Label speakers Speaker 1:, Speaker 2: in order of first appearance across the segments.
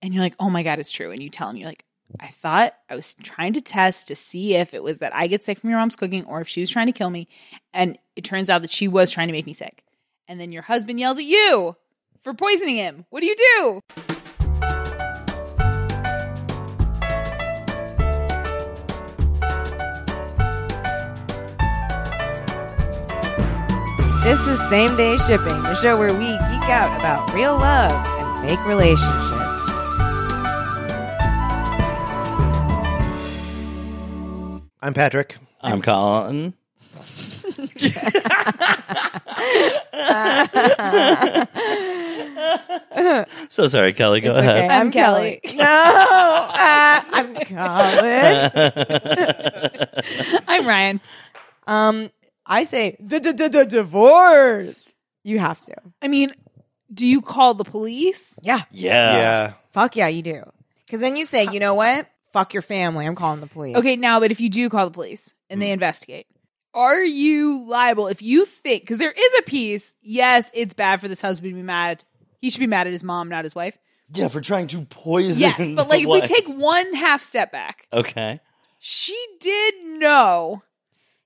Speaker 1: And you're like, "Oh my god, it's true." And you tell him you're like, "I thought I was trying to test to see if it was that I get sick from your mom's cooking or if she was trying to kill me." And it turns out that she was trying to make me sick. And then your husband yells at you for poisoning him. What do you do?
Speaker 2: This is Same Day Shipping, the show where we geek out about real love and fake relationships.
Speaker 3: I'm Patrick.
Speaker 4: I'm Colin. so sorry, Kelly. Go ahead.
Speaker 1: I'm Kelly.
Speaker 2: No, uh, I'm Colin.
Speaker 1: I'm Ryan.
Speaker 2: Um, I say divorce. You have to.
Speaker 1: I mean, do you call the police?
Speaker 2: Yeah.
Speaker 4: Yeah.
Speaker 3: yeah.
Speaker 2: Fuck yeah, you do. Because then you say, you know what? Fuck your family. I'm calling the police.
Speaker 1: Okay, now, but if you do call the police and they investigate, are you liable if you think, because there is a piece, yes, it's bad for this husband to be mad. He should be mad at his mom, not his wife.
Speaker 4: Yeah, for trying to poison.
Speaker 1: Yes, but like if
Speaker 4: the
Speaker 1: we
Speaker 4: wife.
Speaker 1: take one half step back,
Speaker 4: Okay.
Speaker 1: she did know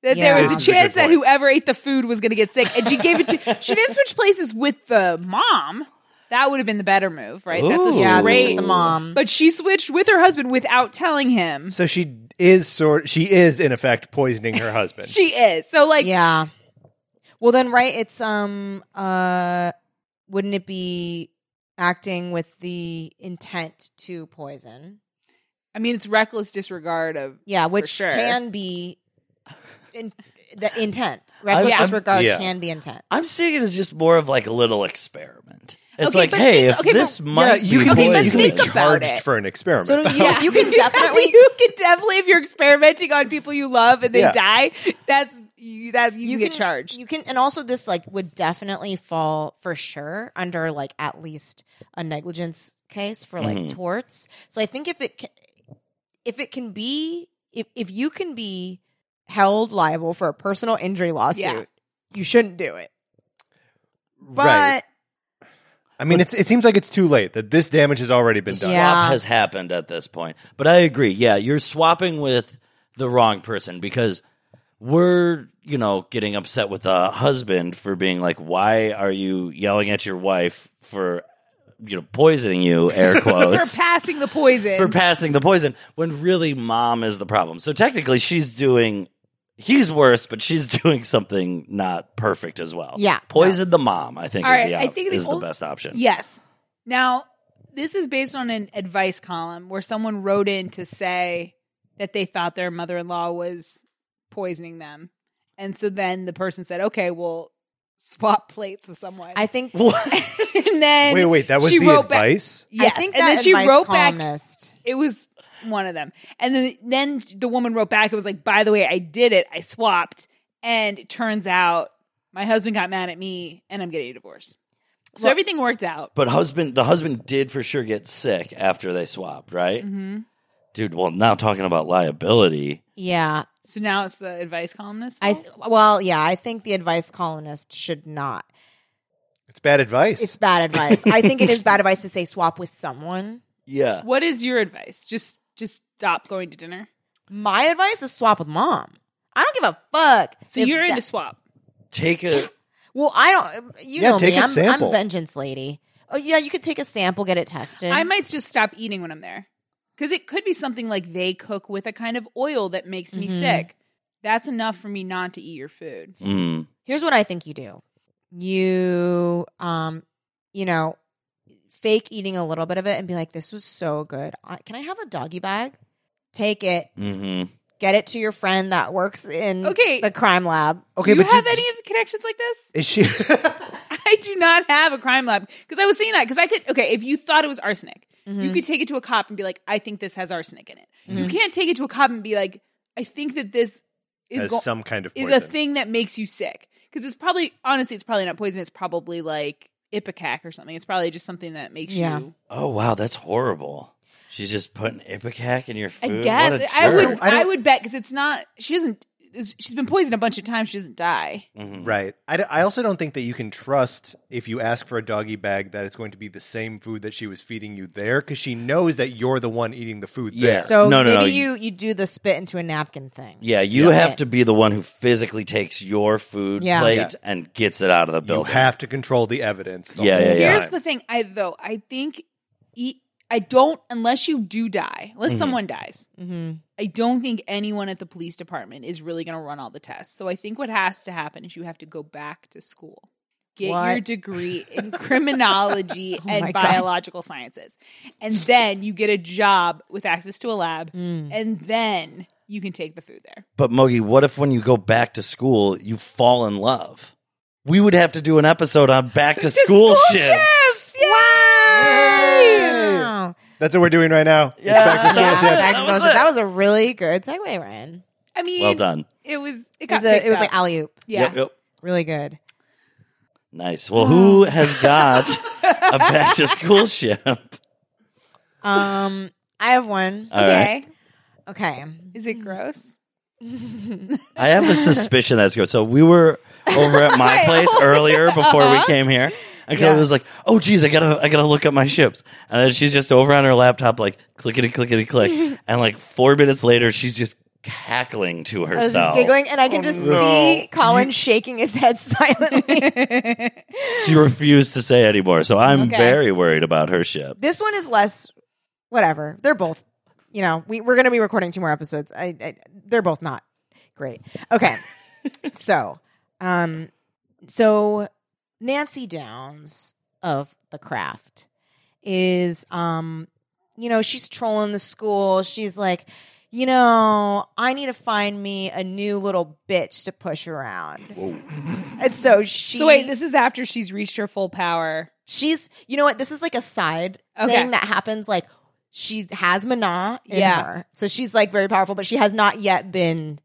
Speaker 1: that
Speaker 2: Yeah.
Speaker 1: there was
Speaker 2: This
Speaker 1: a
Speaker 2: is a
Speaker 3: good
Speaker 1: chance that
Speaker 3: point.
Speaker 1: whoever ate the food was going to get sick, and she gave it to. She didn't switch places with the mom. That would have been the better move, right? That's a
Speaker 4: Ooh.
Speaker 2: Yeah, it's
Speaker 1: straight.
Speaker 2: with the mom.
Speaker 1: But she switched with her husband without telling him.
Speaker 3: So she is sort. She is in effect poisoning her husband.
Speaker 1: She is. So like
Speaker 2: yeah. Well, then, right? It's um uh, wouldn't it be acting with the intent to poison?
Speaker 1: I mean it's reckless disregard of
Speaker 2: Yeah, which
Speaker 1: sure.
Speaker 2: can be in, the intent. Reckless
Speaker 4: I'm-
Speaker 2: disregard
Speaker 3: yeah.
Speaker 2: can be intent.
Speaker 4: I'm seeing it as just more of like a little experiment. It's
Speaker 1: Okay,
Speaker 4: like,
Speaker 1: but
Speaker 4: hey,
Speaker 1: think-
Speaker 4: if
Speaker 1: okay,
Speaker 4: this
Speaker 1: but-
Speaker 3: yeah,
Speaker 4: might
Speaker 3: you
Speaker 4: be
Speaker 3: can,
Speaker 1: Okay,
Speaker 3: be,
Speaker 1: let's
Speaker 3: you
Speaker 4: poison,
Speaker 3: can be
Speaker 1: think about
Speaker 3: charged
Speaker 1: it.
Speaker 3: for an experiment.
Speaker 2: So
Speaker 3: though.
Speaker 2: yeah, you can definitely
Speaker 1: you can definitely if you're experimenting on people you love and they
Speaker 3: Yeah.
Speaker 1: die, that's you that you,
Speaker 2: you
Speaker 1: can
Speaker 2: can
Speaker 1: get charged.
Speaker 2: You can, and also this like would definitely fall for sure under like
Speaker 3: Mm-hmm.
Speaker 2: at least a negligence case for like torts. So I think if it ca- if it can be if if you can be held liable for a personal injury lawsuit,
Speaker 1: Yeah.
Speaker 2: you shouldn't do it. But
Speaker 3: right. I mean, it's, it seems like it's too late that this damage has already been
Speaker 4: The
Speaker 3: done.
Speaker 4: swap
Speaker 2: Yeah.
Speaker 4: has happened at this point. But I agree. Yeah, you're swapping with the wrong person because we're, you know, getting upset with a husband for being like, why are you yelling at your wife for, you know, poisoning you, air
Speaker 1: for
Speaker 4: quotes,
Speaker 1: passing the poison.
Speaker 4: for passing the poison when really mom is the problem. So technically she's doing. He's worse, but she's doing something not perfect as well.
Speaker 2: Yeah.
Speaker 4: poison the mom. I think
Speaker 1: All
Speaker 4: is,
Speaker 1: right,
Speaker 4: the,
Speaker 1: I
Speaker 4: op-
Speaker 1: think the
Speaker 4: is the
Speaker 1: ol-
Speaker 4: best option.
Speaker 1: Yes. Now, this is based on an advice column where someone wrote in to say that they thought their mother in law was poisoning them. And so then the person said, okay, we'll swap plates with someone.
Speaker 2: I think
Speaker 1: and then
Speaker 3: Wait, wait, that was
Speaker 1: she
Speaker 3: the
Speaker 1: wrote back-
Speaker 3: advice?
Speaker 1: Yes.
Speaker 2: I think
Speaker 1: and
Speaker 2: that
Speaker 1: then she
Speaker 2: advice
Speaker 1: wrote back.
Speaker 2: columnist.
Speaker 1: It was one of them. And then, then the woman wrote back. It was like, by the way, I did it. I swapped. And it turns out my husband got mad at me and I'm getting a divorce. So everything worked out.
Speaker 4: But husband, the husband did for sure get sick after they swapped, right?
Speaker 1: hmm
Speaker 4: Dude, well, now talking about liability,
Speaker 2: Yeah,
Speaker 1: So now it's the advice columnist.
Speaker 2: I
Speaker 1: fault?
Speaker 2: th- well, yeah, I think the advice columnist should not.
Speaker 3: It's bad advice.
Speaker 2: It's bad advice. I think it is bad advice to say swap with someone.
Speaker 4: yeah,
Speaker 1: what is your advice? Just just stop going to dinner.
Speaker 2: My advice is swap with mom. I don't give a fuck.
Speaker 1: So
Speaker 2: if
Speaker 1: you're
Speaker 2: that-
Speaker 1: into swap.
Speaker 4: take a
Speaker 2: Well, I don't. You
Speaker 3: Yeah,
Speaker 2: know
Speaker 3: take
Speaker 2: me.
Speaker 3: a
Speaker 2: i I'm, I'm
Speaker 3: sample.
Speaker 2: vengeance lady. Oh yeah, you could take a sample, get it tested.
Speaker 1: I might just stop eating when I'm there because it could be something like they cook with a kind of oil that makes me
Speaker 2: Mhm.
Speaker 1: sick. That's enough for me not to eat your food.
Speaker 4: mm,
Speaker 2: Here's what I think you do. You um, you know, fake eating a little bit of it and be like, "This was so good. I, can I have a doggy bag? Take it.
Speaker 4: hmm
Speaker 2: Get it to your friend that works in
Speaker 1: Okay.
Speaker 2: the crime lab.
Speaker 3: okay,
Speaker 1: do you
Speaker 3: but
Speaker 1: have any connections like this?
Speaker 3: Is she?
Speaker 1: I do not have a crime lab because I was saying that because I could. Okay, if you thought it was arsenic,
Speaker 3: Mm-hmm.
Speaker 1: you could take it to a cop and be like, "I think this has arsenic in it." You can't take it to a cop and be like, "I think that this is
Speaker 3: Has
Speaker 1: go-
Speaker 3: some kind of
Speaker 1: is a
Speaker 3: poison.
Speaker 1: thing that makes you sick." Because it's probably honestly, it's probably not poison. It's probably like ipecac or something. It's probably just something that makes
Speaker 2: Yeah.
Speaker 1: you.
Speaker 4: Oh wow, that's horrible. She's just putting ipecac in your
Speaker 1: I
Speaker 4: food. What
Speaker 1: guess
Speaker 4: a
Speaker 1: I
Speaker 4: jerk.
Speaker 1: would.
Speaker 3: So, I
Speaker 1: I,
Speaker 3: don't-
Speaker 1: would bet because it's not. She doesn't. it's- She's been poisoned a bunch of times. She doesn't die.
Speaker 4: Mhm.
Speaker 3: right. I, d- I also don't think that you can trust if you ask for a doggy bag that it's going to be the same food that she was feeding you there because she knows that you're the one eating the food
Speaker 4: Yeah.
Speaker 3: there.
Speaker 2: So
Speaker 4: No, no,
Speaker 2: maybe
Speaker 4: no.
Speaker 2: you you do the spit into a napkin thing.
Speaker 4: Yeah, you
Speaker 2: Yeah.
Speaker 4: have to be the one who physically takes your food
Speaker 2: Yeah.
Speaker 4: plate
Speaker 3: Yeah.
Speaker 4: and gets it out of the
Speaker 3: you
Speaker 4: building.
Speaker 3: have to control the evidence. the
Speaker 4: Yeah,
Speaker 3: whole
Speaker 4: yeah, yeah.
Speaker 1: Here's
Speaker 3: time.
Speaker 1: the thing, I though I think e- I don't unless you do die,
Speaker 4: Mm-hmm.
Speaker 1: unless someone dies.
Speaker 2: Mhm.
Speaker 1: I don't think anyone at the police department is really going to run all the tests. So I think what has to happen is you have to go back to school, get your
Speaker 2: What?
Speaker 1: degree in criminology
Speaker 2: Oh my
Speaker 1: and
Speaker 2: God.
Speaker 1: biological sciences, and then you get a job with access to a lab,
Speaker 4: Mm.
Speaker 1: and then you can take the food there.
Speaker 4: But Mogi, what if when you go back to school, you fall in love? We would have to do an episode on back to school, shit.
Speaker 2: Wow.
Speaker 3: That's what we're doing right now. It's back to
Speaker 4: Yeah.
Speaker 3: school
Speaker 2: Yeah,
Speaker 3: shifts.
Speaker 2: that,
Speaker 4: That
Speaker 2: was
Speaker 4: was it.
Speaker 2: that was a really good segue, Ryan.
Speaker 1: I mean,
Speaker 4: Well done.
Speaker 1: It was it
Speaker 2: It
Speaker 1: got
Speaker 2: was, a,
Speaker 1: picked
Speaker 2: it was
Speaker 1: up.
Speaker 2: like alley oop.
Speaker 1: yeah.
Speaker 4: Yep, yep.
Speaker 2: Really good.
Speaker 4: Nice. Well, who has got a back to school ship?
Speaker 2: Um, I have one.
Speaker 4: All
Speaker 1: okay,
Speaker 4: right.
Speaker 2: Okay.
Speaker 1: is
Speaker 2: Mm.
Speaker 1: it gross?
Speaker 4: I have a suspicion that's good. So we were over at my place earlier before we came here. And Chloe
Speaker 2: Yeah.
Speaker 4: was like, "Oh, geez, I gotta, I gotta look up my ships." And then she's just over on her laptop, like clickety clickety click. and like four minutes later, she's just cackling to
Speaker 2: I was
Speaker 4: herself.
Speaker 2: just giggling, and I can just see Colin shaking his head silently.
Speaker 4: She refused to say anymore. So I'm
Speaker 1: Okay.
Speaker 4: very worried about her ship.
Speaker 2: this one is less. Whatever. They're both. You know, we we're gonna be recording two more episodes. I, I they're both not great. Okay. so, um, so Nancy Downs of The Craft is um you know she's trolling the school she's like you know i need to find me a new little bitch to push around and so she
Speaker 1: So wait, this is after she's reached her full power.
Speaker 2: she's you know what this is like a side
Speaker 1: Okay.
Speaker 2: thing that happens like she has mana in
Speaker 1: Yeah.
Speaker 2: her so she's like very powerful but she has not yet been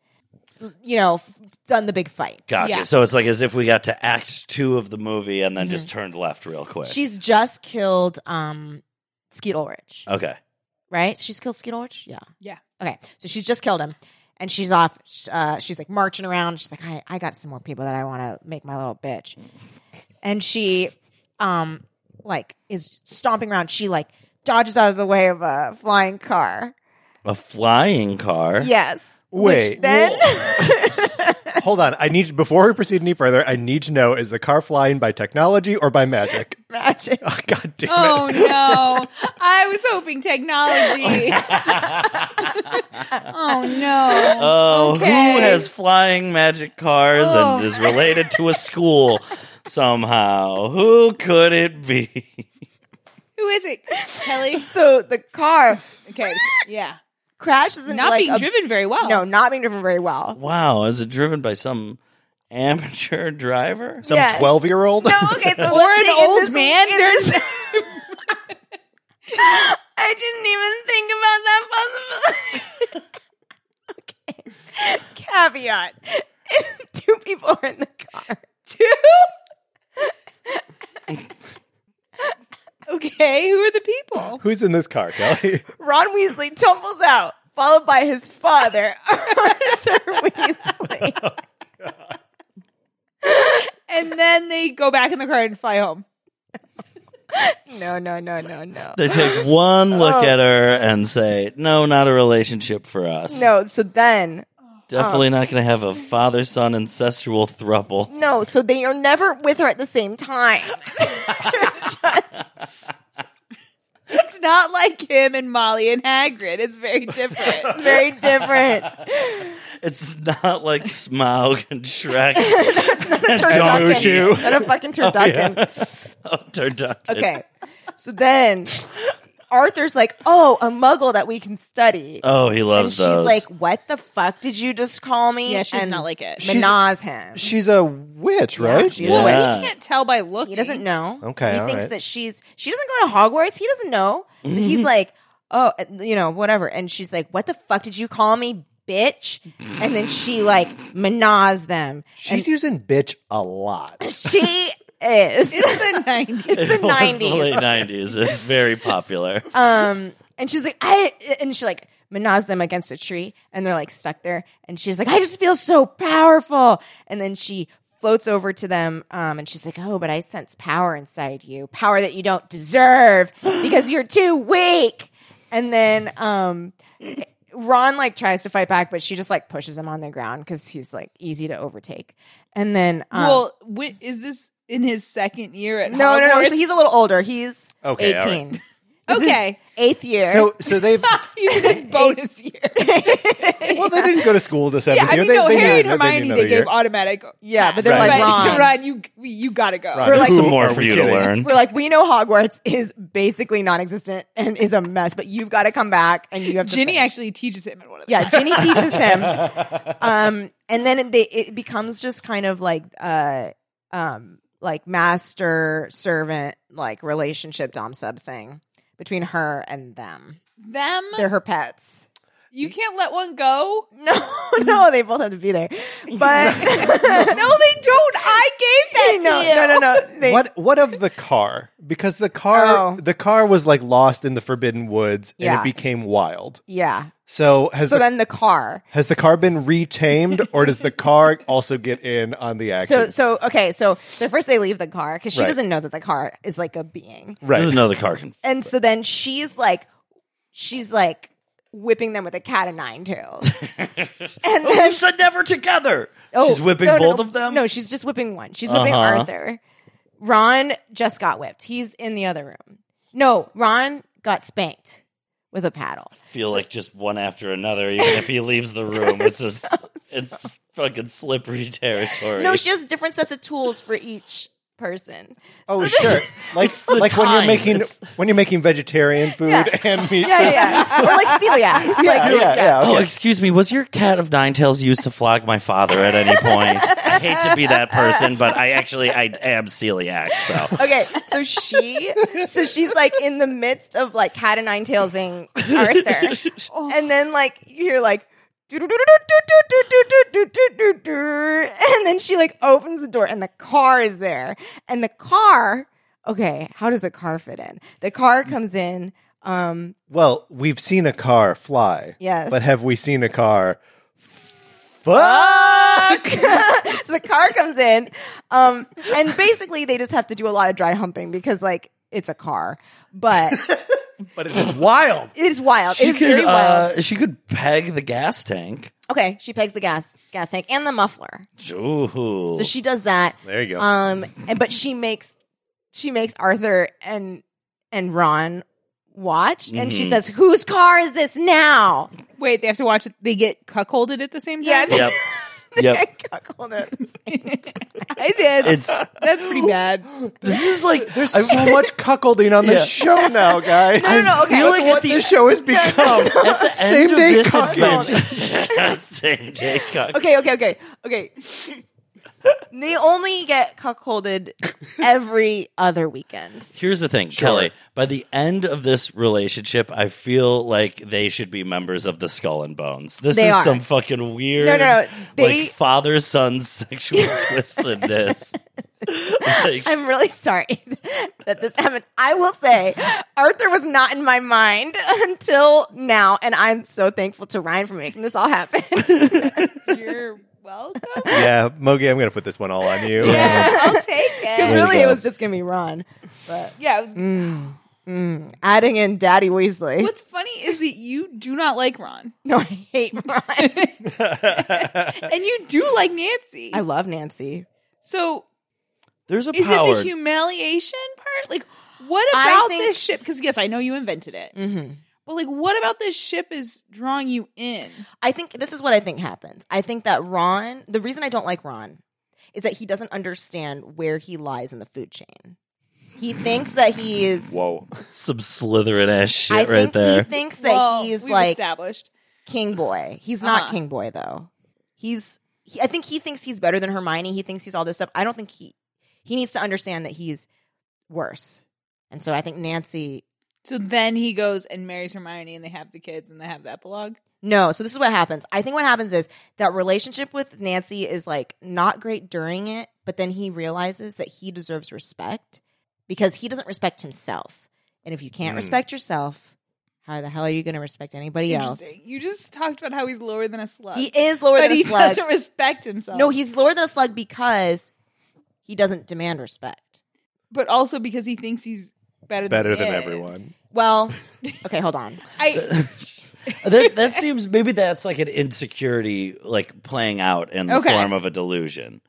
Speaker 2: you know f- done the big fight
Speaker 4: Gotcha.
Speaker 1: Yeah.
Speaker 4: So it's like as if we got to Act Two of the movie and then just turned left real quick.
Speaker 2: she's just killed um skeet ulrich
Speaker 4: okay.
Speaker 2: right? She's killed Skeet Ulrich? Yeah.
Speaker 1: Yeah.
Speaker 2: Okay. So she's just killed him. And she's off. sh- Uh, she's like marching around. She's like, I, I got some more people that I want to make my little bitch. And she, um, like is stomping around. She like dodges out of the way of a flying car.
Speaker 4: A flying car.
Speaker 2: Yes.
Speaker 3: Wait.
Speaker 2: Which then
Speaker 3: Hold on. I need before we proceed any further. I need to know: is the car flying by technology or by magic?
Speaker 2: magic.
Speaker 3: Oh, God damn it!
Speaker 1: Oh no! I was hoping technology. oh no!
Speaker 2: Uh,
Speaker 4: Oh, who
Speaker 1: Okay.
Speaker 4: has flying magic cars
Speaker 1: Oh.
Speaker 4: and is related to a school somehow? Who could it be?
Speaker 1: Who is it? Kelly.
Speaker 2: So the car
Speaker 1: Okay. Yeah.
Speaker 2: crashes into
Speaker 1: Not
Speaker 2: like
Speaker 1: being
Speaker 2: a-
Speaker 1: driven very well.
Speaker 2: No, not being driven very well.
Speaker 4: Wow, is it driven by some amateur driver?
Speaker 3: Some
Speaker 2: yeah.
Speaker 3: twelve-year-old.
Speaker 1: Oh,
Speaker 2: okay, so
Speaker 1: Or an old man.
Speaker 2: There's.
Speaker 1: There's.
Speaker 2: I didn't even think about that possibility. okay. Caveat. If two people are in the car. Two?
Speaker 1: Okay. Who are the people?
Speaker 3: Who's in this car, Kelly?
Speaker 2: Ron Weasley tumbles out, followed by his father, Arthur Weasley.
Speaker 1: And then they go back in the car and fly home.
Speaker 2: No, no, no, no, no.
Speaker 4: They take one
Speaker 2: Oh.
Speaker 4: look at her and say, "No, not a relationship for us.
Speaker 2: No, Oh. so then.
Speaker 4: definitely not going to have a father-son incestual throuple."
Speaker 2: No, so they are never with her at the same time.
Speaker 1: It's not like him and Molly and Hagrid. It's very different.
Speaker 2: Very different.
Speaker 4: It's not like Smaug and Shrek.
Speaker 2: Not a turducken. Not a fucking turducken.
Speaker 4: oh, turducken.
Speaker 2: Okay. So then Arthur's like, oh, a muggle that we can study.
Speaker 4: Oh, he
Speaker 2: and
Speaker 4: loves
Speaker 2: she's
Speaker 4: those.
Speaker 2: like, what the fuck did you just call me?
Speaker 1: Yeah, she's
Speaker 2: and
Speaker 1: not like it.
Speaker 3: She's-
Speaker 2: Menaz him.
Speaker 3: She's a witch, right?
Speaker 2: she's
Speaker 4: Yeah.
Speaker 2: a witch.
Speaker 1: He can't tell by looking.
Speaker 2: He doesn't know.
Speaker 3: Okay,
Speaker 2: He
Speaker 3: all
Speaker 2: thinks
Speaker 3: right.
Speaker 2: that she's, she doesn't go to Hogwarts. He doesn't know. So he's like, oh, you know, whatever. And she's like, what the fuck did you call me? Bitch, and then she like menaz them.
Speaker 3: She's using bitch a lot.
Speaker 2: She is
Speaker 1: It's the nineties.
Speaker 2: It's the nineties.
Speaker 4: late 90s. It's very popular.
Speaker 2: Um, and she's like, I, and she like menaz them against a tree, and they're like stuck there. And she's like, I just feel so powerful. And then she floats over to them, um, and she's like, Oh, but I sense power inside you, power that you don't deserve because you're too weak. And then, um, Ron like tries to fight back, but she just like pushes him on the ground because he's like easy to overtake. And then, um,
Speaker 1: Well, whi- is this in his second year at
Speaker 2: no, no, no.
Speaker 1: Hogwarts?
Speaker 2: So he's a little older. He's
Speaker 3: Okay, all right.
Speaker 2: eighteen. This is
Speaker 1: okay.
Speaker 2: eighth year.
Speaker 3: So, so they've
Speaker 1: He's in his bonus year.
Speaker 3: well, they didn't go to school the
Speaker 1: Yeah,
Speaker 3: seventh
Speaker 1: I
Speaker 3: year.
Speaker 1: mean,
Speaker 3: They-
Speaker 1: no,
Speaker 3: they
Speaker 1: Harry
Speaker 3: knew-
Speaker 1: and
Speaker 3: no, they
Speaker 1: Hermione,
Speaker 3: knew
Speaker 1: they,
Speaker 3: another
Speaker 1: gave
Speaker 3: year.
Speaker 1: automatic.
Speaker 2: yeah, but they're
Speaker 3: Right.
Speaker 2: like
Speaker 1: But
Speaker 2: Ron.
Speaker 1: Ron, you you gotta go.
Speaker 3: Ron,
Speaker 2: We're
Speaker 3: who
Speaker 2: like-
Speaker 4: Some
Speaker 3: are
Speaker 4: more
Speaker 3: we
Speaker 4: for you to
Speaker 3: kidding?
Speaker 4: learn.
Speaker 2: We're like, we know Hogwarts is basically non-existent and is a mess, but you've got to come back and you have to.
Speaker 1: Ginny
Speaker 2: finish.
Speaker 1: actually teaches him in one of the
Speaker 2: yeah, Ginny teaches him, um, and then they it becomes just kind of like, uh, um, like master servant like relationship dom sub thing between her and them.
Speaker 1: them.
Speaker 2: They're her pets.
Speaker 1: You can't let one go.
Speaker 2: No, no, they both have to be there, but no, they don't. I gave that no,
Speaker 1: to you.
Speaker 2: No, no, no. They,
Speaker 3: What what of the car? Because the car
Speaker 2: Oh.
Speaker 3: the car was like lost in the Forbidden Woods and
Speaker 2: Yeah.
Speaker 3: it became wild.
Speaker 2: Yeah.
Speaker 3: So has
Speaker 2: So
Speaker 3: the,
Speaker 2: then the car.
Speaker 3: has the car been retamed or does the car also get in on the
Speaker 2: So
Speaker 3: action?
Speaker 2: so okay so so first they leave the car because she
Speaker 3: Right.
Speaker 2: doesn't know that the car is like a being,
Speaker 4: This is
Speaker 3: right.
Speaker 4: another car. Can-
Speaker 2: and so then she's like, she's like whipping them with a cat o' nine tails, and
Speaker 4: oh, you
Speaker 2: then
Speaker 4: said never together.
Speaker 2: oh,
Speaker 4: She's whipping
Speaker 2: no, no,
Speaker 4: both
Speaker 2: no.
Speaker 4: of them?
Speaker 2: No, she's just whipping one. She's whipping
Speaker 4: Uh-huh.
Speaker 2: Arthur. Ron just got whipped. He's in the other room. No, Ron got spanked with a paddle.
Speaker 4: feel like just one after another, even if he leaves the room. It's just, it's fucking slippery territory.
Speaker 2: No, she has different sets of tools for each person.
Speaker 3: Oh sure. Like
Speaker 4: the
Speaker 3: like when you're
Speaker 4: time.
Speaker 3: making
Speaker 4: It's-
Speaker 3: when you're making vegetarian food
Speaker 2: Yeah.
Speaker 3: and meat.
Speaker 2: Yeah, yeah, or like celiac. It's like-
Speaker 3: yeah, yeah, yeah,
Speaker 4: Oh,
Speaker 3: okay.
Speaker 4: excuse me. Was your cat of nine tails used to flog my father at any point? I hate to be that person, but I actually I am celiac. So
Speaker 2: Okay, so she, so she's like in the midst of like cat and nine tailsing Arthur, and then like you hear like, and then she like opens the door and the car is there, and the car. Okay, how does the car fit in? The car comes in. Um,
Speaker 3: Well, we've seen a car fly.
Speaker 2: Yes.
Speaker 3: But have we seen a car? Fuck!
Speaker 2: so the car comes in, um, and basically they just have to do a lot of dry humping because like it's a car, but
Speaker 3: but it's wild.
Speaker 2: it is wild. it
Speaker 4: She
Speaker 2: is very
Speaker 4: could,
Speaker 2: wild.
Speaker 4: uh, she could peg the gas tank.
Speaker 2: Okay, she pegs the gas gas tank and the muffler,
Speaker 4: Ooh.
Speaker 2: so she does that.
Speaker 3: There you go.
Speaker 2: Um, and, but she makes she makes Arthur and and Ron watch, and
Speaker 3: Mm-hmm.
Speaker 2: she says, "Whose car is this now?"
Speaker 1: Wait, they have to watch it. They get cuckolded at the same time?
Speaker 4: yep. Yep.
Speaker 2: Cuckold her.
Speaker 1: I did.
Speaker 4: It's
Speaker 1: That's pretty bad.
Speaker 4: this is like
Speaker 3: There's so much cuckolding on this show now, guys.
Speaker 2: No, no, no, okay.
Speaker 3: That's what this show has become.
Speaker 4: at the
Speaker 3: Same
Speaker 4: end of
Speaker 3: day
Speaker 4: this
Speaker 3: cuckold.
Speaker 4: adventure. Same day cuckold.
Speaker 2: Okay, okay, okay, okay. they only get cuckolded every other weekend.
Speaker 4: Here's the thing, Kelly. By the end of this relationship, I feel like they should be members of the Skull and Bones. This
Speaker 2: They
Speaker 4: is
Speaker 2: are.
Speaker 4: some fucking weird,
Speaker 2: No, no, no. They-
Speaker 4: like father son sexual twistedness. Like,
Speaker 2: I'm really sorry that this happened. I will say, Arthur was not in my mind until now, and I'm so thankful to Ryan for making this all happen.
Speaker 1: You're welcome.
Speaker 3: yeah, Mogi, I'm going to put this one all on you.
Speaker 1: I'll take it.
Speaker 2: Because
Speaker 3: you
Speaker 2: really, it
Speaker 3: go.
Speaker 2: was just gonna be Ron. But mm,
Speaker 1: Yeah. It
Speaker 3: Mm.
Speaker 1: was,
Speaker 2: adding in Daddy Weasley,
Speaker 1: what's funny is that you do not like Ron,
Speaker 2: no, I hate Ron.
Speaker 3: Uh,
Speaker 1: and you do like Nancy.
Speaker 2: I love Nancy.
Speaker 1: so
Speaker 4: there's a
Speaker 1: is it
Speaker 4: power.
Speaker 1: the humiliation part? Like, what
Speaker 2: I
Speaker 1: about
Speaker 2: think- Mm-hmm.
Speaker 1: this ship? Because yes, I know you invented it, but like, what about this ship is drawing you in?
Speaker 2: I think this is what I think happens. I think that Ron, the reason I don't like Ron is that he doesn't understand where he lies in the food chain. He thinks that he is.
Speaker 3: Whoa.
Speaker 4: Some Slytherin ass
Speaker 2: I
Speaker 4: shit
Speaker 2: think
Speaker 4: right
Speaker 2: he
Speaker 4: there.
Speaker 2: thinks that
Speaker 1: Well,
Speaker 2: he's
Speaker 1: we've
Speaker 2: like
Speaker 1: established.
Speaker 2: King Boy. He's not
Speaker 1: Uh-huh.
Speaker 2: King Boy though. He's. He, I think he thinks he's better than Hermione. He thinks he's all this stuff. I don't think he. He needs to understand that he's worse. And so I think Nancy
Speaker 1: So then he goes and marries Hermione, and they have the kids, and they have the epilogue.
Speaker 2: No, so this is what happens. I think what happens is that relationship with Nancy is like not great during it, but then he realizes that he deserves respect because he doesn't respect himself. And if you can't
Speaker 3: Mm.
Speaker 2: respect yourself, how the hell are you going to respect anybody else?
Speaker 1: Interesting. You just talked about how he's lower than a slug.
Speaker 2: He is lower
Speaker 1: but
Speaker 2: than
Speaker 1: he
Speaker 2: a slug.
Speaker 1: doesn't respect himself.
Speaker 2: No, he's lower than a slug because he doesn't demand respect.
Speaker 1: but also because he thinks he's better than
Speaker 3: Better
Speaker 1: he
Speaker 3: than
Speaker 1: is.
Speaker 3: everyone.
Speaker 2: Well, okay, hold on.
Speaker 1: I
Speaker 4: that, that seems maybe that's like an insecurity, like playing out in the
Speaker 1: Okay.
Speaker 4: form of a delusion.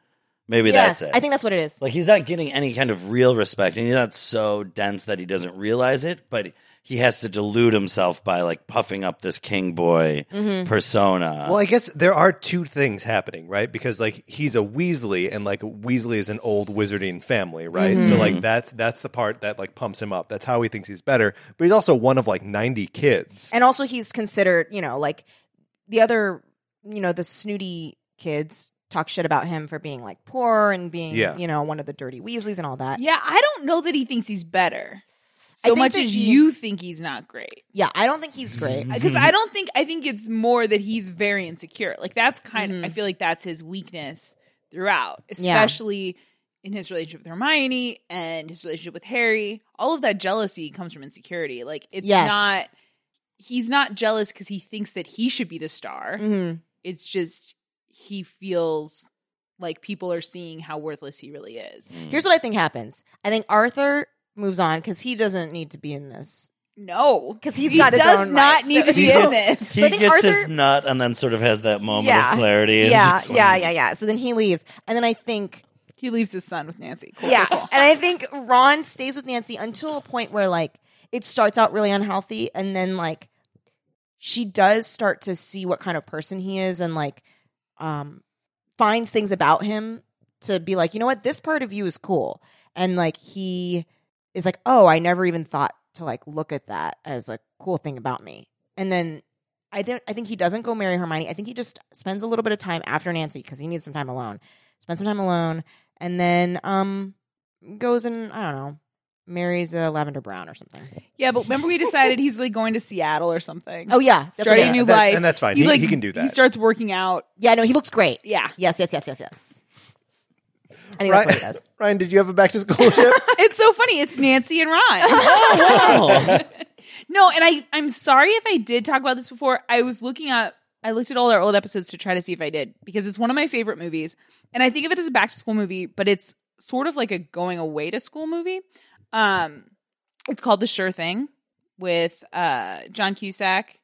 Speaker 4: Maybe
Speaker 2: yes,
Speaker 4: that's it.
Speaker 2: I think that's what it is.
Speaker 4: Like he's not getting any kind of real respect, and he's not so dense that he doesn't realize it, but he has to delude himself by like puffing up this king boy persona.
Speaker 3: Well, I guess there are two things happening, right? Because like he's a Weasley, and like Weasley is an old wizarding family, right?
Speaker 4: Mm-hmm.
Speaker 3: So like that's that's the part that like pumps him up. That's how he thinks he's better. But he's also one of like ninety kids.
Speaker 2: And also, he's considered, you know, like the other, you know, the snooty kids talk shit about him for being like poor and being,
Speaker 3: Yeah.
Speaker 2: you know, one of the dirty Weasleys and all that.
Speaker 1: yeah, I don't know that he thinks he's better
Speaker 2: I
Speaker 1: so
Speaker 2: think
Speaker 1: much
Speaker 2: that
Speaker 1: as
Speaker 2: he-
Speaker 1: you think he's not great.
Speaker 2: Yeah, I don't think he's great.
Speaker 1: Because I don't think I think it's more that he's very insecure. Like that's kind
Speaker 2: Mm-hmm.
Speaker 1: of I feel like that's his weakness throughout, especially in his relationship with Hermione and his relationship with Harry. All of that jealousy comes from insecurity. Like it's
Speaker 2: Yes.
Speaker 1: not he's not jealous because he thinks that he should be the star.
Speaker 2: Mhm.
Speaker 1: It's just he feels like people are seeing how worthless he really is.
Speaker 4: Mm.
Speaker 2: Here's what I think happens I think Arthur moves on because he doesn't need to be in this.
Speaker 1: No,
Speaker 2: 'Cause he's
Speaker 1: he
Speaker 2: got his
Speaker 1: does
Speaker 2: own
Speaker 1: not
Speaker 2: life.
Speaker 1: need to
Speaker 2: So
Speaker 1: be
Speaker 2: he
Speaker 1: in
Speaker 2: goes-
Speaker 1: this.
Speaker 4: he
Speaker 2: So I think
Speaker 4: gets his
Speaker 2: Arthur-
Speaker 4: nut and then sort of has that moment
Speaker 2: Yeah.
Speaker 4: of clarity. and
Speaker 2: yeah,
Speaker 4: it's like-
Speaker 2: yeah, yeah, yeah. So then he leaves. And then I think,
Speaker 1: He leaves his son with Nancy. Cool.
Speaker 2: yeah. And I think Ron stays with Nancy until a point where, like, it starts out really unhealthy. And then, like, she does start to see what kind of person he is and, like, um, finds things about him to be like, you know what, this part of you is cool. And like he is like, oh, I never even thought to like look at that as a cool thing about me. And then I don't I think he doesn't go marry Hermione. I think he just spends a little bit of time after Nancy because he needs some time alone. Spends some time alone and then um goes and I don't know, marries a Lavender Brown or something.
Speaker 1: Yeah, but remember we decided he's like going to Seattle or something.
Speaker 2: Oh yeah. That's what
Speaker 1: starting
Speaker 2: it
Speaker 1: a
Speaker 2: is.
Speaker 1: new
Speaker 3: And that-
Speaker 1: life,
Speaker 3: and that's fine. He- he can do
Speaker 1: He
Speaker 3: that.
Speaker 1: starts working out.
Speaker 2: Yeah, no, he looks great.
Speaker 1: Yeah,
Speaker 2: Yes, yes, yes, yes, yes. I think that's what he
Speaker 3: Ryan,
Speaker 2: does.
Speaker 3: Ryan, did you have a back to school ship?
Speaker 1: it's so funny. It's Nancy and Ron.
Speaker 4: Oh,
Speaker 1: No, and I I'm sorry if I did talk about this before. I was looking up I looked at all our old episodes to try to see if I did because it's one of my favorite movies. And I think of it as a back to school movie, but it's sort of like a going away to school movie. Um it's called The Sure Thing with uh John Cusack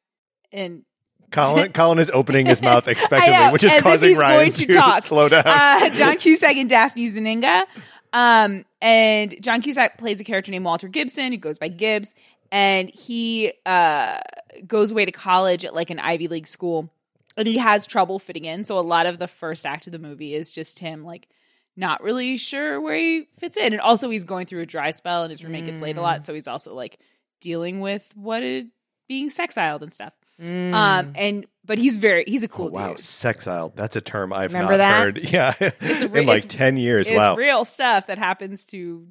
Speaker 1: and
Speaker 3: Colin, Colin is opening his mouth expectantly,
Speaker 1: I know,
Speaker 3: which is
Speaker 1: as if
Speaker 3: causing
Speaker 1: he's
Speaker 3: Ryan
Speaker 1: going to talk.
Speaker 3: slow down.
Speaker 1: uh, John Cusack and Daphne Zuniga. Um, and John Cusack plays a character named Walter Gibson, who goes by Gibbs, and he uh, goes away to college at like an Ivy League school, and he has trouble fitting in. So a lot of the first act of the movie is just him like not really sure where he fits in, and also he's going through a dry spell, and his roommate gets laid a
Speaker 3: Mm.
Speaker 1: lot, so he's also like dealing with what it being sexiled and stuff.
Speaker 2: Mm.
Speaker 1: Um, and but he's very he's a cool
Speaker 3: Mm. Oh, wow,
Speaker 1: dude.
Speaker 3: sexile. That's a term I've
Speaker 2: Remember
Speaker 3: not
Speaker 2: that?
Speaker 3: heard. Yeah.
Speaker 1: a re-
Speaker 3: In like
Speaker 1: it's-
Speaker 3: 10 years.
Speaker 1: It's
Speaker 3: Wow.
Speaker 1: real stuff that happens to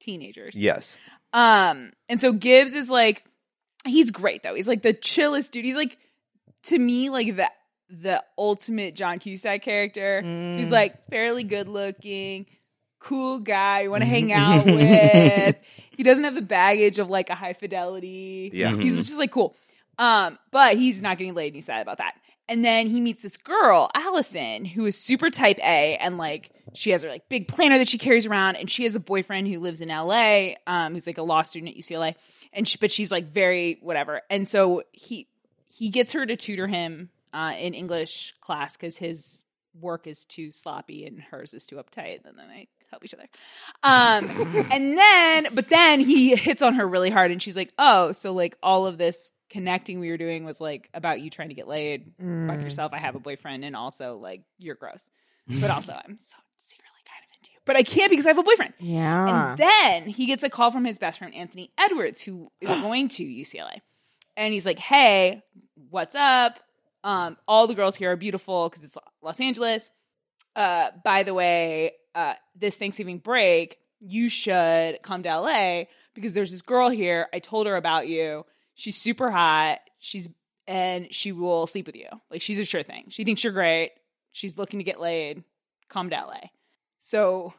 Speaker 1: teenagers.
Speaker 3: Yes.
Speaker 1: Um, and so Gibbs is like, he's great though. He's like the chillest dude. He's like, to me, like the the ultimate John Cusack character. So he's like fairly good looking, cool guy you want to hang out with. He doesn't have the baggage of like a high fidelity.
Speaker 3: Yeah.
Speaker 1: He's just like cool. Um, but he's not getting laid and he's sad about that. And then he meets this girl, Allison, who is super type A and like she has her like big planner that she carries around and she has a boyfriend who lives in LA, um, who's like a law student at UCLA. And she, but she's like very whatever. And so he he gets her to tutor him uh, in English class because his work is too sloppy and hers is too uptight. And then they help each other. Um, and then, but then he hits on her really hard, and she's like, "Oh, so like all of this connecting we were doing was like about you trying to get laid, fuck yourself. I have a boyfriend, and also like you're gross, but also I'm so secretly kind of into you, but I can't because I have a boyfriend."
Speaker 2: Yeah.
Speaker 1: And then he gets a call from his best friend, Anthony Edwards, who is going to UCLA. And he's like, hey, what's up? Um, all the girls here are beautiful because it's Los Angeles. Uh, by the way, uh, this Thanksgiving break, you should come to LA because there's this girl here. I told her about you. She's super hot. She's and she will sleep with you. Like she's a sure thing. She thinks you're great. She's looking to get laid. Come to LA. So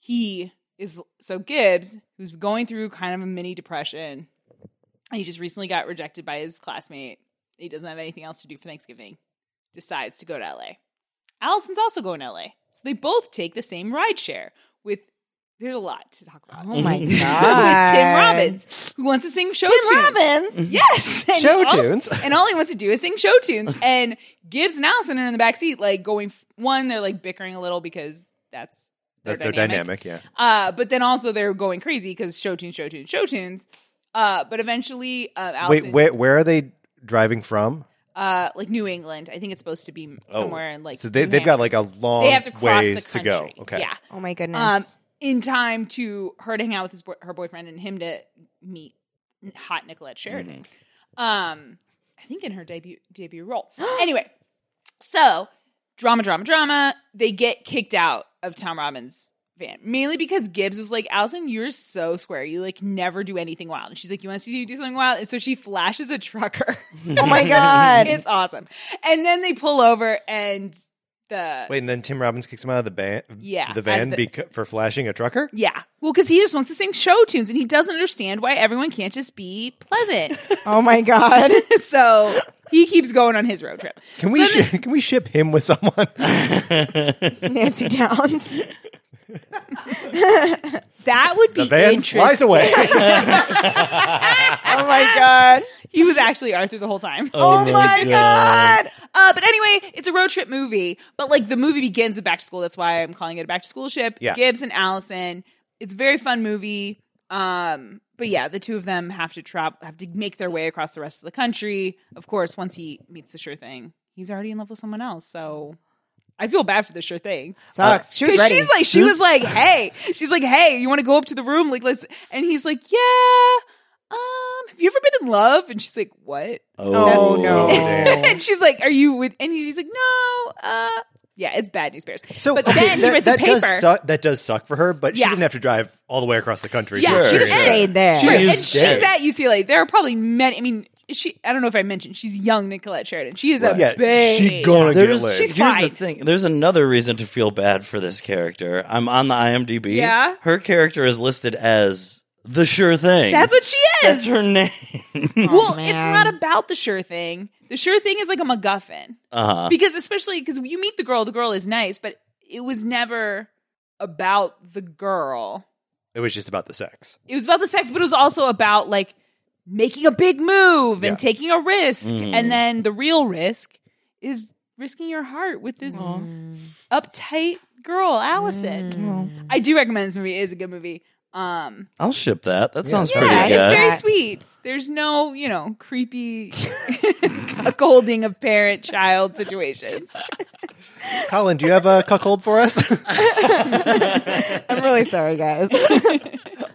Speaker 1: he is so Gibbs, who's going through kind of a mini depression, and he just recently got rejected by his classmate. He doesn't have anything else to do for Thanksgiving. Decides to go to LA. Allison's also going to LA, so they both take the same ride share. With there's a lot to talk about.
Speaker 2: oh my god.
Speaker 1: With Tim Robbins, who wants to sing show
Speaker 2: Tim
Speaker 1: tunes.
Speaker 2: Robbins.
Speaker 1: Yes, and
Speaker 3: Show
Speaker 1: all-
Speaker 3: tunes.
Speaker 1: and all he wants to do is sing show tunes. And Gibbs and Allison are in the back seat, like going. f- One, they're like bickering a little because that's
Speaker 3: That's their dynamic. Yeah.
Speaker 1: uh, but then also they're going crazy because show tunes, show tunes, show tunes. Uh, but eventually, uh, Allison,
Speaker 3: Wait, where, where are they driving from?
Speaker 1: uh, like New England, I think it's supposed to be somewhere in like.
Speaker 3: Oh, So they,
Speaker 1: New
Speaker 3: they've got like
Speaker 1: Hampshire.
Speaker 3: a long
Speaker 1: They have to cross
Speaker 3: ways
Speaker 1: the
Speaker 3: to go.
Speaker 1: country.
Speaker 3: Okay.
Speaker 1: yeah.
Speaker 2: Oh my goodness.
Speaker 1: Um, in time to her to hang out with his boy- her boyfriend and him to meet hot Nicolette Sheridan. Um, I think in her debut debut role. anyway, so drama, drama, drama. They get kicked out of Tom Robbins' van mainly because Gibbs was like, "Allison, you're so square. You like never do anything wild." And she's like, "You want to see you do something wild?" And so she flashes a trucker.
Speaker 2: oh my god.
Speaker 1: Um, it's awesome. And then they pull over and the
Speaker 3: Wait, and then Tim Robbins kicks him out of the van.
Speaker 1: Yeah, out
Speaker 3: The
Speaker 1: of
Speaker 3: van
Speaker 1: the-
Speaker 3: becau- for flashing a trucker.
Speaker 1: Yeah. Well, because he just wants to sing show tunes and he doesn't understand why everyone can't just be pleasant.
Speaker 2: oh my god.
Speaker 1: so he keeps going on his road trip.
Speaker 3: Can we shi can we ship him with someone?
Speaker 2: Nancy Downs.
Speaker 1: Uh, That would be
Speaker 3: the van
Speaker 1: interesting.
Speaker 3: flies away.
Speaker 1: Oh my God. He was actually Arthur the whole time.
Speaker 4: Oh, my god.
Speaker 1: Uh, but anyway, it's a road trip movie. But like the movie begins with back to school. That's why I'm calling it a back to school ship.
Speaker 3: Yeah.
Speaker 1: Gibbs and Allison. It's a very fun movie. Um, but yeah, the two of them have to travel, have to make their way across the rest of the country. Of course, once he meets the sure thing, he's already in love with someone else. So I feel bad for the sure thing.
Speaker 2: Sucks. she was
Speaker 1: 'Cause
Speaker 2: ready.
Speaker 1: She's like, she was like, hey, she's like, hey, you want to go up to the room? Like, let's. And he's like, yeah. Um, have you ever been in love? And she's like, what?
Speaker 2: Oh, no.
Speaker 1: and she's like, "Are you with?" And he's like, "No." Uh, yeah, it's bad news bears.
Speaker 3: So,
Speaker 1: but
Speaker 3: okay,
Speaker 1: then
Speaker 3: that,
Speaker 1: he reads
Speaker 3: that
Speaker 1: a paper.
Speaker 3: Does suck, that does suck for her, but she
Speaker 1: Yeah.
Speaker 3: didn't have to drive all the way across the country.
Speaker 1: Yeah,
Speaker 4: Sure,
Speaker 1: she just
Speaker 4: sure.
Speaker 1: stayed.
Speaker 2: stayed there.
Speaker 4: She
Speaker 1: Right,
Speaker 4: is
Speaker 1: and she's
Speaker 4: dead.
Speaker 1: at UCLA. There are probably many. I mean, she. I don't know if I mentioned she's young Nicolette Sheridan. She is a
Speaker 3: yeah,
Speaker 1: babe.
Speaker 3: she gonna
Speaker 4: There's,
Speaker 3: get laid.
Speaker 1: She's
Speaker 4: here's
Speaker 1: fine.
Speaker 4: the thing. There's another reason to feel bad for this character. I'm on the IMDb.
Speaker 1: Yeah?
Speaker 4: Her character is listed as the sure thing.
Speaker 1: That's what she is.
Speaker 4: That's her name.
Speaker 1: well, it's
Speaker 2: man.
Speaker 1: not about the sure thing. The sure thing is like a MacGuffin
Speaker 4: uh-huh.
Speaker 1: because, especially because you meet the girl, the girl is nice, but it was never about the girl.
Speaker 3: It was just about the sex.
Speaker 1: It was about the sex, but it was also about like making a big move and
Speaker 3: Yeah.
Speaker 1: taking a risk,
Speaker 4: Mm.
Speaker 1: and then the real risk is risking your heart with this uptight girl, Allison.
Speaker 2: Mm.
Speaker 1: I do recommend this movie. It is a good movie. Um,
Speaker 4: I'll ship that. That sounds
Speaker 1: yeah,
Speaker 4: pretty
Speaker 1: it's
Speaker 4: good.
Speaker 1: very
Speaker 2: Yeah.
Speaker 1: sweet. There's no, you know, creepy cuckolding of parent child situations.
Speaker 3: Colin, do you have a cuckold for us?
Speaker 2: I'm really sorry, guys.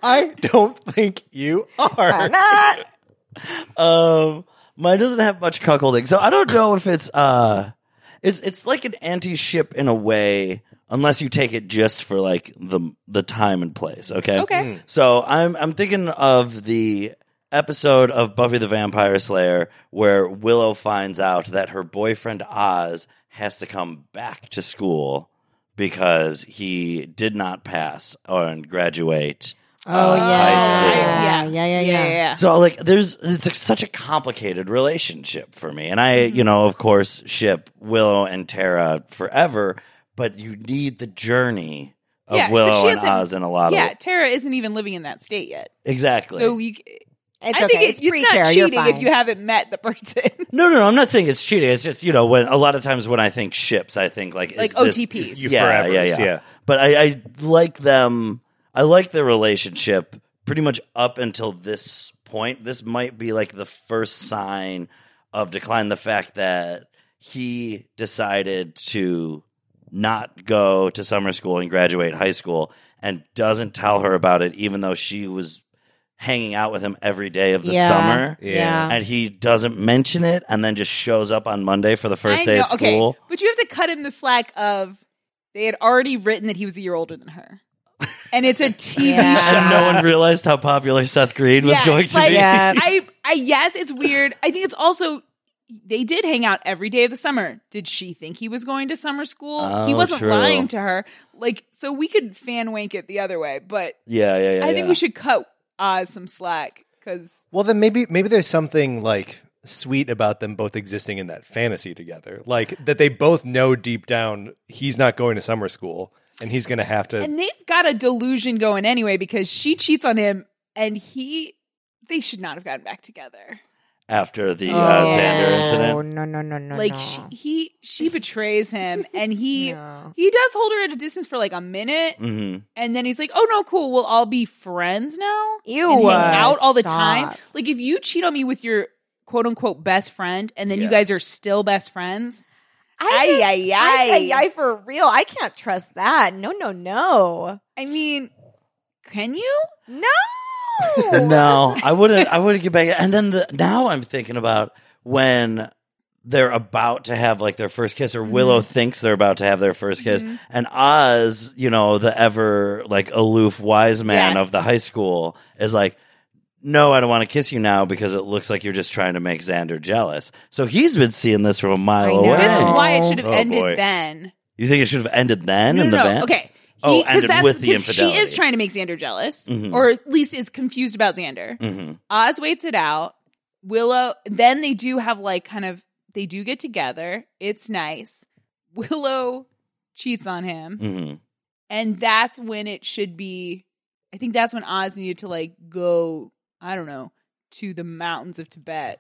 Speaker 3: I don't think you are.
Speaker 2: Not-
Speaker 4: um, mine doesn't have much cuckolding, so I don't know if it's uh, it's it's like an anti-ship in a way, unless you take it just for like the the time and place. Okay.
Speaker 1: Okay.
Speaker 4: So I'm I'm thinking of the episode of Buffy the Vampire Slayer where Willow finds out that her boyfriend Oz has to come back to school because he did not pass and graduate. uh,
Speaker 2: Oh yeah.
Speaker 1: Uh, yeah.
Speaker 2: yeah, yeah, yeah,
Speaker 1: yeah, yeah.
Speaker 4: So like there's it's like, such a complicated relationship for me. And
Speaker 1: Mm-hmm.
Speaker 4: I, you know, of course, ship Willow and Tara forever, but you need the journey of
Speaker 1: Yeah, but
Speaker 4: Willow
Speaker 1: she
Speaker 4: and
Speaker 1: isn't-
Speaker 4: Oz in a lot
Speaker 1: yeah,
Speaker 4: of
Speaker 1: Tara isn't even living in that state yet.
Speaker 4: Exactly.
Speaker 1: So we,
Speaker 2: It's
Speaker 1: I
Speaker 2: okay.
Speaker 1: think it-
Speaker 2: it's pre
Speaker 1: not
Speaker 2: terror.
Speaker 1: cheating
Speaker 2: You're fine.
Speaker 1: if you haven't met the person.
Speaker 4: No, no, no. I'm not saying it's cheating. It's just you know when a lot of times when I think ships, I think like is
Speaker 1: Like
Speaker 4: this-
Speaker 1: OTPs. You
Speaker 4: yeah,
Speaker 3: forevers,
Speaker 4: yeah, yeah,
Speaker 3: yeah.
Speaker 4: But I, I like them. I like their relationship pretty much up until this point. This might be like the first sign of decline. The fact that he decided to not go to summer school and graduate high school and doesn't tell her about it, even though she was hanging out with him every day of the
Speaker 2: Yeah.
Speaker 4: summer
Speaker 2: Yeah.
Speaker 4: and he doesn't mention it and then just shows up on Monday for the first
Speaker 1: I
Speaker 4: day
Speaker 1: know-
Speaker 4: of school.
Speaker 1: Okay, but you have to cut him the slack of they had already written that he was a year older than her, and it's a TV
Speaker 2: Yeah.
Speaker 1: show.
Speaker 4: And no one realized how popular Seth Green was
Speaker 1: Uh, Yes,
Speaker 4: going to
Speaker 1: like,
Speaker 4: be.
Speaker 2: Yeah.
Speaker 1: I, I yes, it's weird. I think it's also they did hang out every day of the summer. Did she think he was going to summer school? he
Speaker 4: Oh,
Speaker 1: wasn't
Speaker 4: true.
Speaker 1: lying to her. Like, so we could fan wank it the other way, but
Speaker 4: Yeah, yeah, yeah.
Speaker 1: I think
Speaker 4: yeah.
Speaker 1: we should cut Oz some slack because
Speaker 3: Well, then maybe maybe there's something like sweet about them both existing in that fantasy together, like that they both know deep down he's not going to summer school and he's going to have to.
Speaker 1: and they've got a delusion going anyway because she cheats on him and he. They should not have gotten back together.
Speaker 4: after the uh, Sander
Speaker 2: Oh
Speaker 4: incident.
Speaker 2: no no no no.
Speaker 1: like
Speaker 2: no.
Speaker 1: she, he she betrays him and he
Speaker 2: No.
Speaker 1: he does hold her at a distance for like a minute
Speaker 4: hmm
Speaker 1: and then he's like oh no cool we'll all be friends now
Speaker 2: Ew,
Speaker 1: and hang out all the
Speaker 2: uh, stop.
Speaker 1: time like if you cheat on me with your quote unquote best friend and then
Speaker 4: Yeah.
Speaker 1: you guys are still best friends
Speaker 2: I just,
Speaker 1: Ay, ay, ay.
Speaker 2: ay, ay, for real. I can't trust that. No, no, no,
Speaker 1: i mean can you
Speaker 2: no.
Speaker 4: No, I wouldn't. I wouldn't get back. And then the, now I'm thinking about when they're about to have like their first kiss, or
Speaker 1: Mm-hmm.
Speaker 4: Willow thinks they're about to have their first kiss, and Oz, you know, the ever like aloof wise man
Speaker 1: Yes.
Speaker 4: of the high school, is like. No, I don't want to kiss you now because it looks like you're just trying to make Xander jealous. So he's been seeing this from a mile
Speaker 2: know.
Speaker 4: away.
Speaker 1: this is
Speaker 2: Wow.
Speaker 1: why it should have
Speaker 3: Oh,
Speaker 1: ended
Speaker 3: boy.
Speaker 1: then
Speaker 4: you think it should have ended then
Speaker 1: no
Speaker 4: in
Speaker 1: no,
Speaker 4: the
Speaker 1: no.
Speaker 4: van?
Speaker 1: okay
Speaker 4: Oh,
Speaker 1: He- 'cause
Speaker 4: ended
Speaker 1: that's-
Speaker 4: with the
Speaker 1: 'cause she is
Speaker 4: infidelity.
Speaker 1: trying to make xander jealous
Speaker 4: Mhm.
Speaker 1: or at least is confused about xander
Speaker 4: hmm
Speaker 1: Oz waits it out. Willow, then they do have like kind of, they do get together. It's nice. Willow cheats on him.
Speaker 4: hmm
Speaker 1: And that's when it should be, I think that's when Oz needed to like go, I don't know, to the mountains of Tibet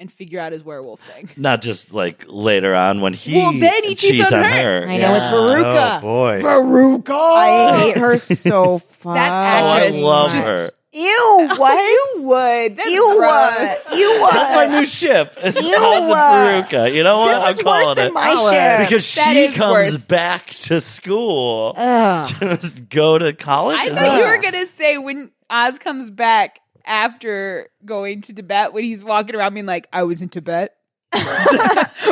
Speaker 1: and figure out his werewolf thing.
Speaker 4: Not just like later on when he
Speaker 1: Well, then he cheats
Speaker 4: cheats
Speaker 1: on
Speaker 4: on
Speaker 1: her.
Speaker 4: her.
Speaker 2: I know with Veruca.
Speaker 3: oh boy!
Speaker 2: I hate her so much.
Speaker 4: Oh, I
Speaker 1: actress
Speaker 4: love
Speaker 1: just-
Speaker 4: her.
Speaker 2: Ew, what?
Speaker 1: You would. That's
Speaker 2: Ew,
Speaker 1: gross.
Speaker 2: what? Ew, what?
Speaker 4: That's my new ship. It's
Speaker 2: Ew.
Speaker 4: Oz and Veruca. You know what?
Speaker 2: This
Speaker 4: I'm
Speaker 2: is worse
Speaker 4: calling
Speaker 2: than
Speaker 4: it.
Speaker 2: my share.
Speaker 4: because
Speaker 1: That
Speaker 4: she
Speaker 1: is
Speaker 4: comes
Speaker 1: worse.
Speaker 4: back to school
Speaker 2: Ugh.
Speaker 4: to just go to college.
Speaker 1: I
Speaker 4: Is
Speaker 1: thought you
Speaker 4: that-
Speaker 1: were gonna say when Oz comes back after going to Tibet, when he's walking around being like, "I was in Tibet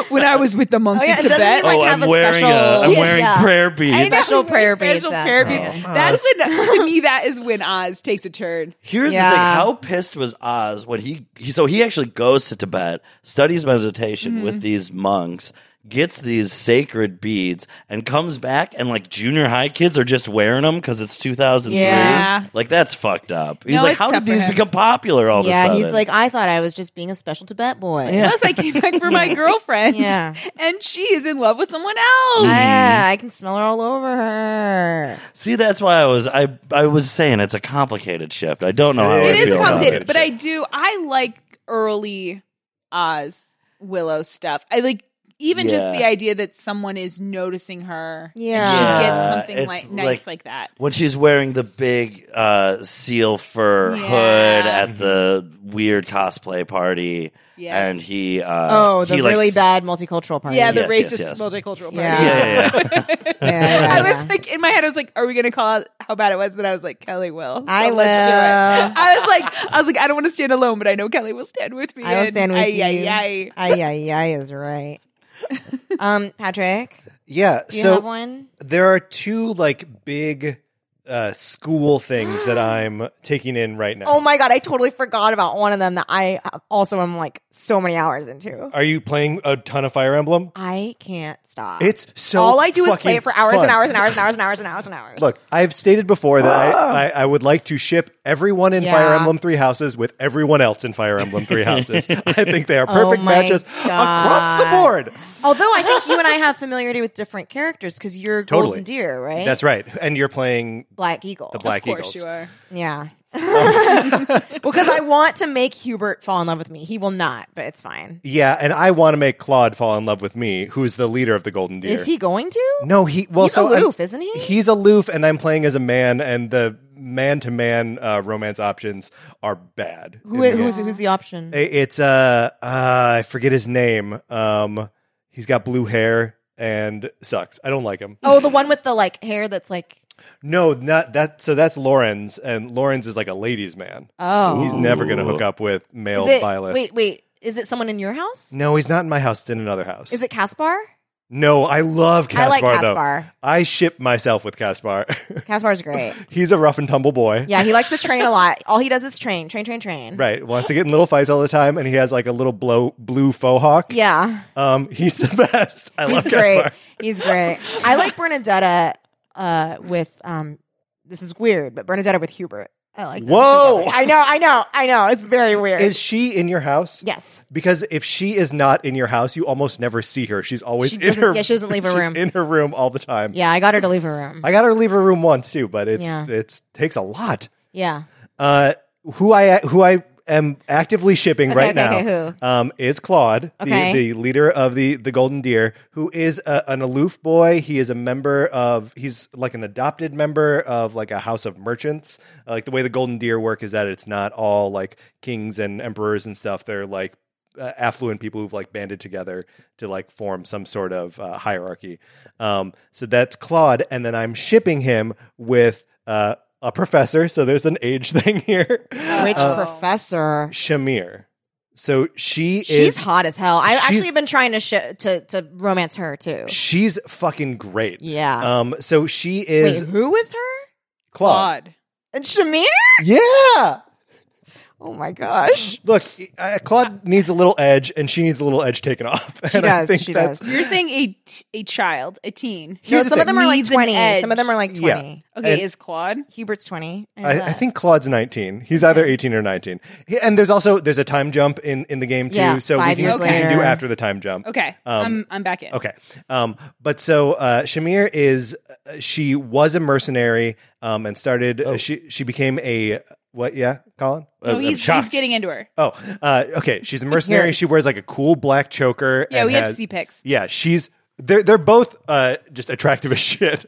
Speaker 1: when I was with the monks
Speaker 2: Oh, yeah,
Speaker 1: in
Speaker 2: it doesn't
Speaker 1: Tibet."
Speaker 2: mean, like,
Speaker 4: oh,
Speaker 2: have
Speaker 4: I'm
Speaker 2: a
Speaker 4: wearing
Speaker 2: special-
Speaker 4: a, I'm
Speaker 2: Yeah.
Speaker 4: wearing
Speaker 2: Yeah.
Speaker 4: prayer
Speaker 1: I
Speaker 4: beads.
Speaker 1: know,
Speaker 2: Special prayer
Speaker 1: special
Speaker 2: beads,
Speaker 1: prayer
Speaker 2: that's
Speaker 1: beads. That's when, to me, that is when Oz takes a turn.
Speaker 4: Here's
Speaker 2: Yeah.
Speaker 4: the thing: how pissed was
Speaker 1: Mm-hmm.
Speaker 4: Oz when he, he so he actually goes to Tibet, studies meditation with these monks, gets these sacred beads and comes back and like junior high kids are just wearing them because it's 2003.
Speaker 1: Yeah.
Speaker 4: Like that's fucked up. He's
Speaker 1: No,
Speaker 4: like,
Speaker 1: it's
Speaker 4: how
Speaker 1: tough
Speaker 4: did
Speaker 1: for
Speaker 4: these
Speaker 1: him.
Speaker 4: become popular all of a
Speaker 2: yeah,
Speaker 4: sudden?
Speaker 2: he's like, I thought I was just being a special Tibet boy.
Speaker 1: Plus, I came back for my girlfriend,
Speaker 2: Yeah.
Speaker 1: and she is in love with someone else.
Speaker 2: Yeah, I can smell her all over her.
Speaker 4: see, that's why I was I I was saying it's a complicated shift. I don't know how
Speaker 1: it
Speaker 4: I
Speaker 1: is
Speaker 4: feel about
Speaker 1: complicated,
Speaker 4: it.
Speaker 1: but I do. I like early Oz Willow stuff. I like even just
Speaker 4: Yeah.
Speaker 1: the idea that someone is noticing her. and
Speaker 2: Yeah.
Speaker 1: she
Speaker 4: Yeah,
Speaker 1: gets something
Speaker 4: it's
Speaker 1: like nice
Speaker 4: like-
Speaker 1: like that.
Speaker 4: When she's wearing the big uh, seal fur
Speaker 1: Yeah.
Speaker 4: hood at the weird cosplay party,
Speaker 1: Yeah.
Speaker 4: and he uh,
Speaker 2: Oh, the
Speaker 4: he, like,
Speaker 2: really
Speaker 4: s-
Speaker 2: bad multicultural party.
Speaker 1: Yeah, the
Speaker 4: Yes,
Speaker 1: racist
Speaker 4: yes, yes.
Speaker 1: multicultural
Speaker 2: Yeah.
Speaker 1: party.
Speaker 4: Yeah, yeah, yeah.
Speaker 2: Yeah, yeah,
Speaker 1: I was
Speaker 2: yeah.
Speaker 1: like in my head, I was like, "Are we gonna call out how bad it was?" That I was like, "Kelly will." So
Speaker 2: I
Speaker 1: Let's do it.
Speaker 2: will.
Speaker 1: I was like, I was like, I don't want to stand alone, but I know Kelly will stand with me.
Speaker 2: I will
Speaker 1: and
Speaker 2: stand with
Speaker 1: aye,
Speaker 2: you.
Speaker 1: aye, aye.
Speaker 2: Ay, ay, ay is right. Um, Patrick,
Speaker 3: Yeah.
Speaker 2: do you
Speaker 3: so
Speaker 2: have one?
Speaker 3: there are two like big uh, school things that I'm taking in right now.
Speaker 2: Oh my god, I totally forgot about one of them that I also am like so many hours into.
Speaker 3: Are you playing a ton of Fire Emblem?
Speaker 2: I can't stop.
Speaker 3: It's so
Speaker 2: all I do is play
Speaker 3: fucking
Speaker 2: it for hours
Speaker 3: fun.
Speaker 2: and hours and hours and hours and hours and hours and hours.
Speaker 3: Look, I've stated before that I, I, I would like to ship everyone in
Speaker 2: Yeah.
Speaker 3: Fire Emblem Three Houses with everyone else in Fire Emblem Three Houses. I think they are perfect
Speaker 2: Oh my
Speaker 3: matches across the
Speaker 2: God.
Speaker 3: board.
Speaker 2: Although I think you and I have familiarity with different characters because you're
Speaker 3: Totally.
Speaker 2: Golden Deer, right?
Speaker 3: That's right. And you're playing
Speaker 2: Black Eagle.
Speaker 3: the Black
Speaker 1: Of course
Speaker 3: Eagles.
Speaker 1: you are.
Speaker 2: Yeah. well, because I want to make Hubert fall in love with me. He will not, but it's fine.
Speaker 3: Yeah, and I want to make Claude fall in love with me, who's the leader of the Golden Deer.
Speaker 2: Is he going to?
Speaker 3: No, he well
Speaker 2: He's
Speaker 3: so I'm-
Speaker 2: aloof, isn't he?
Speaker 3: He's aloof, and I'm playing as a man, and the man to man romance options are bad.
Speaker 2: Who,
Speaker 3: in the
Speaker 2: who's
Speaker 3: game.
Speaker 2: who's the option?
Speaker 3: I- It's uh, uh I forget his name. Um, he's got blue hair and sucks. I don't like him.
Speaker 2: Oh, the one with the like hair that's like.
Speaker 3: No, not that. So that's Lorenz, and Lorenz is like a ladies' man.
Speaker 2: Oh,
Speaker 3: He's never gonna hook up with male
Speaker 2: is it,
Speaker 3: Violet.
Speaker 2: Wait, wait. Is it someone in your house?
Speaker 3: No, he's not in my house. It's in another house.
Speaker 2: Is it Caspar?
Speaker 3: No, I love Caspar.
Speaker 2: I like
Speaker 3: though.
Speaker 2: Caspar.
Speaker 3: I ship myself with Caspar.
Speaker 2: Caspar's great.
Speaker 3: he's a rough and tumble boy.
Speaker 2: Yeah, he likes to train a lot. All he does is train, train, train, train.
Speaker 3: Right. Wants to get in little fights all the time, and he has like a little blow, blue faux hawk.
Speaker 2: Yeah,
Speaker 3: Um, he's the best. I
Speaker 2: he's
Speaker 3: love
Speaker 2: great.
Speaker 3: Caspar.
Speaker 2: He's great. I like Bernadetta uh, with um. This is weird, but Bernadetta with Hubert. I like. them
Speaker 3: Whoa.
Speaker 2: together. I know. I know. I know. It's very weird.
Speaker 3: Is she in your house?
Speaker 2: yes.
Speaker 3: Because if she is not in your house, you almost never see her. She's always
Speaker 2: She
Speaker 3: in
Speaker 2: doesn't-
Speaker 3: her.
Speaker 2: yeah, she doesn't leave her
Speaker 3: she's
Speaker 2: room.
Speaker 3: In her room all the time.
Speaker 2: Yeah, I got her to leave her room.
Speaker 3: I got her to leave her room once too, but it's
Speaker 2: Yeah.
Speaker 3: it's takes a lot.
Speaker 2: yeah.
Speaker 3: Uh, who I who I am actively shipping
Speaker 2: Okay,
Speaker 3: right
Speaker 2: okay,
Speaker 3: now
Speaker 2: okay,
Speaker 3: Um, is Claude,
Speaker 2: Okay.
Speaker 3: the, the leader of the the Golden Deer, who is a, an aloof boy. He is a member of he's like an adopted member of like a house of merchants. Uh, like the way the Golden Deer work is that it's not all like kings and emperors and stuff. They're like uh, affluent people who've like banded together to like form some sort of uh, hierarchy. Um, so that's Claude, and then I'm shipping him with uh, a professor. So there's an age thing here.
Speaker 2: Which
Speaker 3: Uh,
Speaker 2: professor?
Speaker 3: Shamir. So she
Speaker 2: She's
Speaker 3: is
Speaker 2: hot as hell. I've
Speaker 3: she's-
Speaker 2: actually been trying to sh- to to romance her too.
Speaker 3: She's fucking great.
Speaker 2: Yeah.
Speaker 3: Um. So she
Speaker 2: Wait,
Speaker 3: is
Speaker 2: who with her?
Speaker 3: Claude.
Speaker 1: Odd.
Speaker 2: And Shamir?
Speaker 3: Yeah.
Speaker 2: Oh my gosh.
Speaker 3: Look, uh, Claude needs a little edge, and she needs a little edge taken off.
Speaker 2: She
Speaker 3: And I
Speaker 2: does.
Speaker 3: think
Speaker 2: She
Speaker 3: that's-
Speaker 2: does.
Speaker 1: You're saying a t- a child, a teen.
Speaker 2: No,
Speaker 3: Here's the
Speaker 2: some of
Speaker 3: thing.
Speaker 2: them are like
Speaker 1: Needs an
Speaker 2: 20. Some of
Speaker 1: edge.
Speaker 2: them are like 20.
Speaker 1: Okay,
Speaker 3: And-
Speaker 1: is Claude?
Speaker 2: Hubert's uh, 20. know
Speaker 3: I, I
Speaker 2: that.
Speaker 3: think Claude's 19. He's either 18 or 19. He- And there's also there's a time jump in in the game too,
Speaker 2: Yeah,
Speaker 3: so we
Speaker 2: five
Speaker 3: can,
Speaker 2: years
Speaker 3: we can
Speaker 2: later.
Speaker 3: do after the time jump.
Speaker 1: Okay,
Speaker 4: Um,
Speaker 1: I'm I'm back in.
Speaker 3: Okay. Um, but so uh, Shamir is uh, she was a mercenary um, and started she she became a what? Yeah, Colin.
Speaker 1: No,
Speaker 4: uh, I'm
Speaker 1: Oh, he's, he's
Speaker 4: shocked.
Speaker 1: getting into her.
Speaker 3: Oh, uh, okay. She's a mercenary. She wears like a cool black choker.
Speaker 1: Yeah,
Speaker 3: and
Speaker 1: we have
Speaker 3: has-
Speaker 1: C pics.
Speaker 3: Yeah, she's they're they're both uh, just attractive as shit.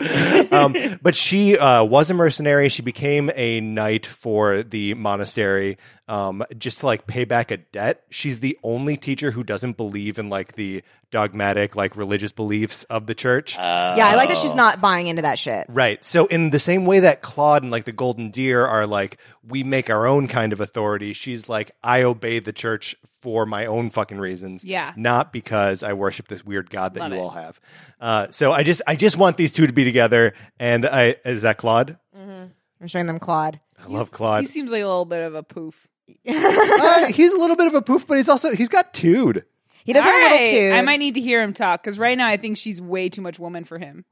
Speaker 3: um, but she uh, was a mercenary. She became a knight for the monastery, um, just to like pay back a debt. She's the only teacher who doesn't believe in like the dogmatic like religious beliefs of the church.
Speaker 2: Yeah, I like
Speaker 3: Oh.
Speaker 2: that she's not buying into that shit.
Speaker 3: Right. So in the same way that Claude and like the Golden Deer are like we make our own kind of authority, she's like I obey the church for my own fucking reasons.
Speaker 1: Yeah.
Speaker 3: Not because I worship this weird god that
Speaker 1: Love
Speaker 3: you
Speaker 1: it.
Speaker 3: all have. Uh, so I just I just want these two to be together. And I is that Claude?
Speaker 2: I'm showing them Claude.
Speaker 3: I love Claude.
Speaker 1: He seems like a little bit of a poof.
Speaker 3: Uh, he's a little bit of a poof, but he's also he's got dude.
Speaker 5: He does
Speaker 1: All
Speaker 5: have a little
Speaker 1: right.
Speaker 5: too.
Speaker 1: I might need to hear him talk because right now I think she's way too much woman for him.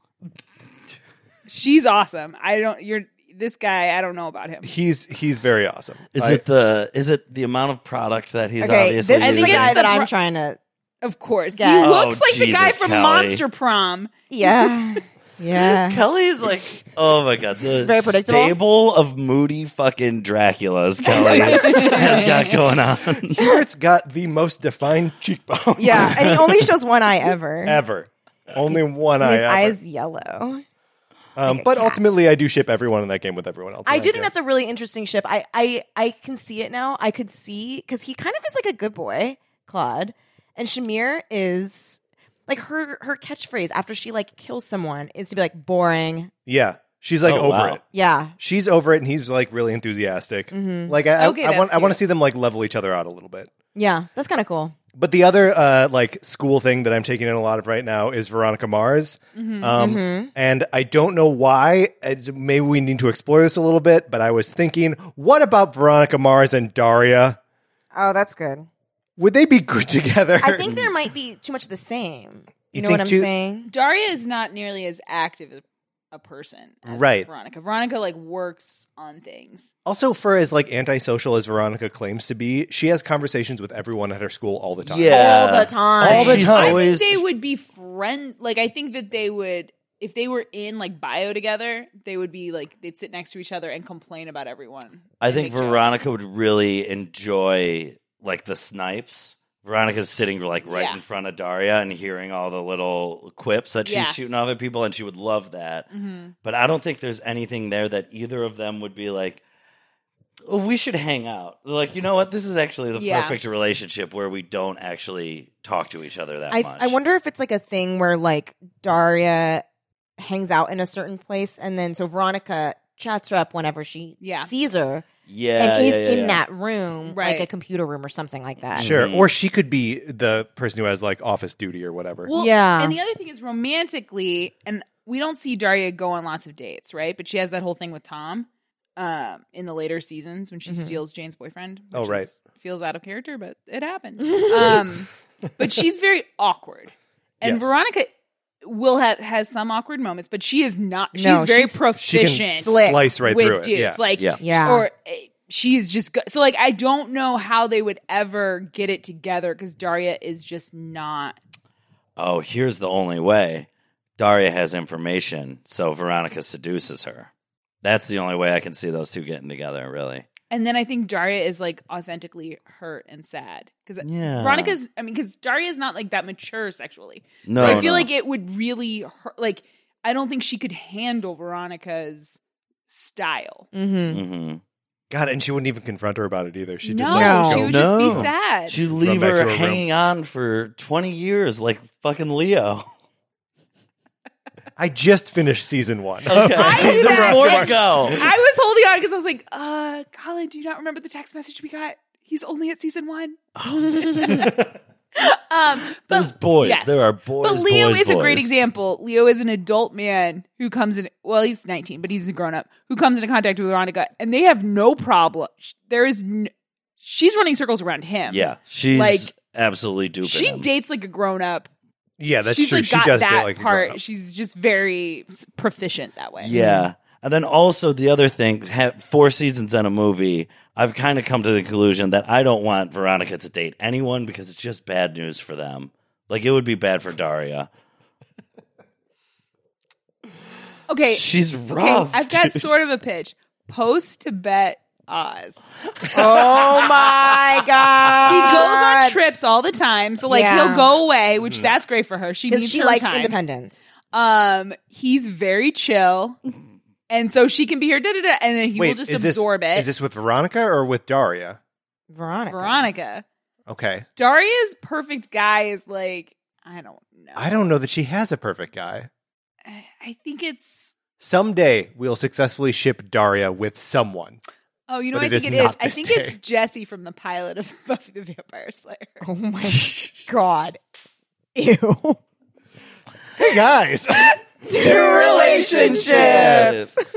Speaker 1: she's awesome. I don't. You're this guy. I don't know about him.
Speaker 3: He's he's very awesome.
Speaker 4: Is
Speaker 3: I-
Speaker 4: it the is it the amount of product that he's
Speaker 5: okay, this
Speaker 4: obviously
Speaker 5: is
Speaker 1: I
Speaker 5: the
Speaker 1: think
Speaker 4: using?
Speaker 1: it's
Speaker 5: guy
Speaker 1: the
Speaker 5: that
Speaker 1: pro-
Speaker 5: I'm trying to.
Speaker 1: Of course,
Speaker 5: Yeah.
Speaker 1: he looks
Speaker 4: Oh,
Speaker 1: like the guy
Speaker 4: Jesus,
Speaker 1: from
Speaker 4: Callie.
Speaker 1: Monster Prom.
Speaker 5: Yeah, yeah.
Speaker 4: Kelly's like, oh my god, the
Speaker 5: very predictable.
Speaker 4: stable of moody fucking Draculas Kelly has got going on.
Speaker 3: Hubert's got the most defined cheekbones.
Speaker 5: Yeah, and he only shows one eye ever.
Speaker 3: ever. Only one
Speaker 5: And
Speaker 3: eye.
Speaker 5: his
Speaker 3: ever.
Speaker 5: eyes yellow.
Speaker 3: um, but ultimately, I do ship everyone in that game with everyone else.
Speaker 5: I do
Speaker 3: care.
Speaker 5: think that's a really interesting ship. I I I can see it now. I could see because he kind of is like a good boy, Claude, and Shamir is like her her catchphrase after she like kills someone is to be like boring.
Speaker 3: yeah. She's like
Speaker 4: Oh,
Speaker 3: over
Speaker 4: wow.
Speaker 3: it.
Speaker 5: Yeah,
Speaker 3: She's over it, and he's like really enthusiastic.
Speaker 5: Mm-hmm.
Speaker 3: Like I, I-
Speaker 1: Okay,
Speaker 3: I,
Speaker 1: that's
Speaker 3: want I want to
Speaker 1: cute.
Speaker 3: see them like level each other out a little bit.
Speaker 5: yeah, that's kind of cool.
Speaker 3: But the other uh, like school thing that I'm taking in a lot of right now is Veronica Mars,
Speaker 5: Mm-hmm.
Speaker 3: um, and I don't know why. It's- Maybe we need to explore this a little bit. But I was thinking, what about Veronica Mars and Daria?
Speaker 5: Oh, that's good.
Speaker 3: Would they be good together?
Speaker 5: I think there might be too much of the same. You,
Speaker 3: You
Speaker 5: know what
Speaker 3: think
Speaker 5: I'm
Speaker 3: too-
Speaker 5: saying?
Speaker 1: Daria is not nearly as active as a person, as
Speaker 3: Right.
Speaker 1: Veronica. Veronica like works on things.
Speaker 3: Also, for as like antisocial as Veronica claims to be, she has conversations with everyone at her school all the time.
Speaker 4: Yeah.
Speaker 5: All the time.
Speaker 3: All the
Speaker 4: She's
Speaker 3: time.
Speaker 1: I
Speaker 4: always-
Speaker 1: think they would be friend. Like I think that they would. If they were in like bio together, they would be like they'd sit next to each other and complain about everyone.
Speaker 4: I
Speaker 1: and
Speaker 4: think
Speaker 1: make jokes.
Speaker 4: Veronica would really enjoy like the snipes. Veronica's sitting like right
Speaker 1: Yeah.
Speaker 4: in front of Daria and hearing all the little quips that she's
Speaker 1: Yeah.
Speaker 4: shooting off at people, and she would love that.
Speaker 5: Mm.
Speaker 1: Mhm.
Speaker 4: But I don't think there's anything there that either of them would be like, oh, we should hang out. They're like, you know what? This is actually the
Speaker 1: Yeah.
Speaker 4: perfect relationship where we don't actually talk to each other that
Speaker 5: I,
Speaker 4: much.
Speaker 5: I wonder if it's like a thing where like Daria hangs out in a certain place and then so Veronica chats her up whenever she
Speaker 1: Yeah.
Speaker 5: sees her
Speaker 4: Yeah.
Speaker 5: and is
Speaker 4: yeah, yeah,
Speaker 5: in
Speaker 4: yeah.
Speaker 5: that room,
Speaker 1: Right.
Speaker 5: like a computer room or something like that.
Speaker 3: Sure.
Speaker 4: Mhm.
Speaker 3: Or she could be the person who has like office duty or whatever.
Speaker 1: Well,
Speaker 5: Yeah.
Speaker 1: And the other thing is romantically, and we don't see Daria go on lots of dates, right? But she has that whole thing with Tom um, in the later seasons when she steals Jane's boyfriend. Which
Speaker 3: Mm-hmm. Oh, right.
Speaker 1: is- feels out of character, but it happened. um, but she's very awkward, and
Speaker 3: Yes.
Speaker 1: Veronica will have has some awkward moments, but she is not. She's
Speaker 5: No,
Speaker 1: very
Speaker 5: she's-
Speaker 3: she can
Speaker 1: proficient
Speaker 3: slice right
Speaker 1: with
Speaker 3: through it.
Speaker 1: dudes.
Speaker 3: Yeah.
Speaker 1: Like
Speaker 4: Yeah.
Speaker 5: Yeah.
Speaker 1: or uh, she's just go- so like I don't know how they would ever get it together because Daria is just not.
Speaker 4: oh, here's the only way. Daria has information, so Veronica seduces her. That's the only way I can see those two getting together, really.
Speaker 1: And then I think Daria is like authentically hurt and sad because
Speaker 4: Yeah.
Speaker 1: Veronica's. I mean, because Daria is not like that mature sexually.
Speaker 4: No,
Speaker 1: so I feel
Speaker 4: no.
Speaker 1: like it would really hurt. Like I don't think she could handle Veronica's style.
Speaker 5: Mm-hmm.
Speaker 4: hmm
Speaker 3: God, and she wouldn't even confront her about it either. She
Speaker 1: no,
Speaker 3: just like,
Speaker 1: she
Speaker 3: go-
Speaker 1: would just
Speaker 4: No.
Speaker 1: be sad.
Speaker 4: She'd
Speaker 3: Run
Speaker 4: leave
Speaker 3: back
Speaker 4: her,
Speaker 3: to her room.
Speaker 4: hanging on for 20 years like fucking Leo.
Speaker 3: I just finished season one.
Speaker 1: I do
Speaker 4: There's
Speaker 1: that.
Speaker 4: more to
Speaker 1: Like,
Speaker 4: go.
Speaker 1: I was holding on because I was like, uh, Colin, do you not remember the text message we got? He's only at season one. um, but
Speaker 4: Those boys.
Speaker 1: yes.
Speaker 4: There are boys.
Speaker 1: But Leo
Speaker 4: boys,
Speaker 1: is a great
Speaker 4: boys.
Speaker 1: example. Leo is an adult man who comes in. Well, he's 19, but he's a grown up who comes into contact with Veronica, and they have no problem. Sh- There is, n- she's running circles around him.
Speaker 4: Yeah. She's
Speaker 1: Like,
Speaker 4: absolutely duping
Speaker 1: she
Speaker 4: him.
Speaker 1: dates like a grown up.
Speaker 3: yeah, that's
Speaker 1: she's
Speaker 3: true.
Speaker 1: Like,
Speaker 3: she
Speaker 1: got
Speaker 3: does
Speaker 1: that
Speaker 3: get like a
Speaker 1: part.
Speaker 3: grown-up.
Speaker 1: She's just very s- proficient that way.
Speaker 4: Yeah. And then also the other thing, ha- four seasons and a movie, I've kind of come to the conclusion that I don't want Veronica to date anyone because it's just bad news for them. Like it would be bad for Daria.
Speaker 1: Okay.
Speaker 4: She's
Speaker 1: Okay,
Speaker 4: rough.
Speaker 1: I've got
Speaker 4: dude.
Speaker 1: sort of a pitch. Post Tibet Oz.
Speaker 5: Oh my god!
Speaker 1: He goes on trips all the time, so like
Speaker 5: Uh, Yeah.
Speaker 1: he'll go away,
Speaker 4: Mm.
Speaker 1: which that's great for her. She
Speaker 5: because
Speaker 1: needs
Speaker 5: she
Speaker 1: her
Speaker 5: likes
Speaker 1: time.
Speaker 5: independence.
Speaker 1: Um, he's very chill, and so she can be here, da da da, and then he
Speaker 3: Wait,
Speaker 1: will just
Speaker 3: is this-
Speaker 1: absorb it.
Speaker 3: Is this with Veronica or with Daria?
Speaker 5: Veronica.
Speaker 1: Veronica,
Speaker 3: Okay.
Speaker 1: Daria's perfect guy is like I don't know.
Speaker 3: I don't know that she has a perfect guy.
Speaker 1: I I think it's.
Speaker 3: Someday we'll successfully ship Daria with someone.
Speaker 1: Oh, you know,
Speaker 3: But
Speaker 1: what I
Speaker 3: it
Speaker 1: think it
Speaker 3: is
Speaker 1: is.
Speaker 3: not
Speaker 1: I
Speaker 3: this
Speaker 1: think
Speaker 3: day.
Speaker 1: it's Jesse from the pilot of Buffy the Vampire Slayer.
Speaker 5: Oh my god! Ew.
Speaker 3: Hey guys.
Speaker 5: Two
Speaker 4: Yes.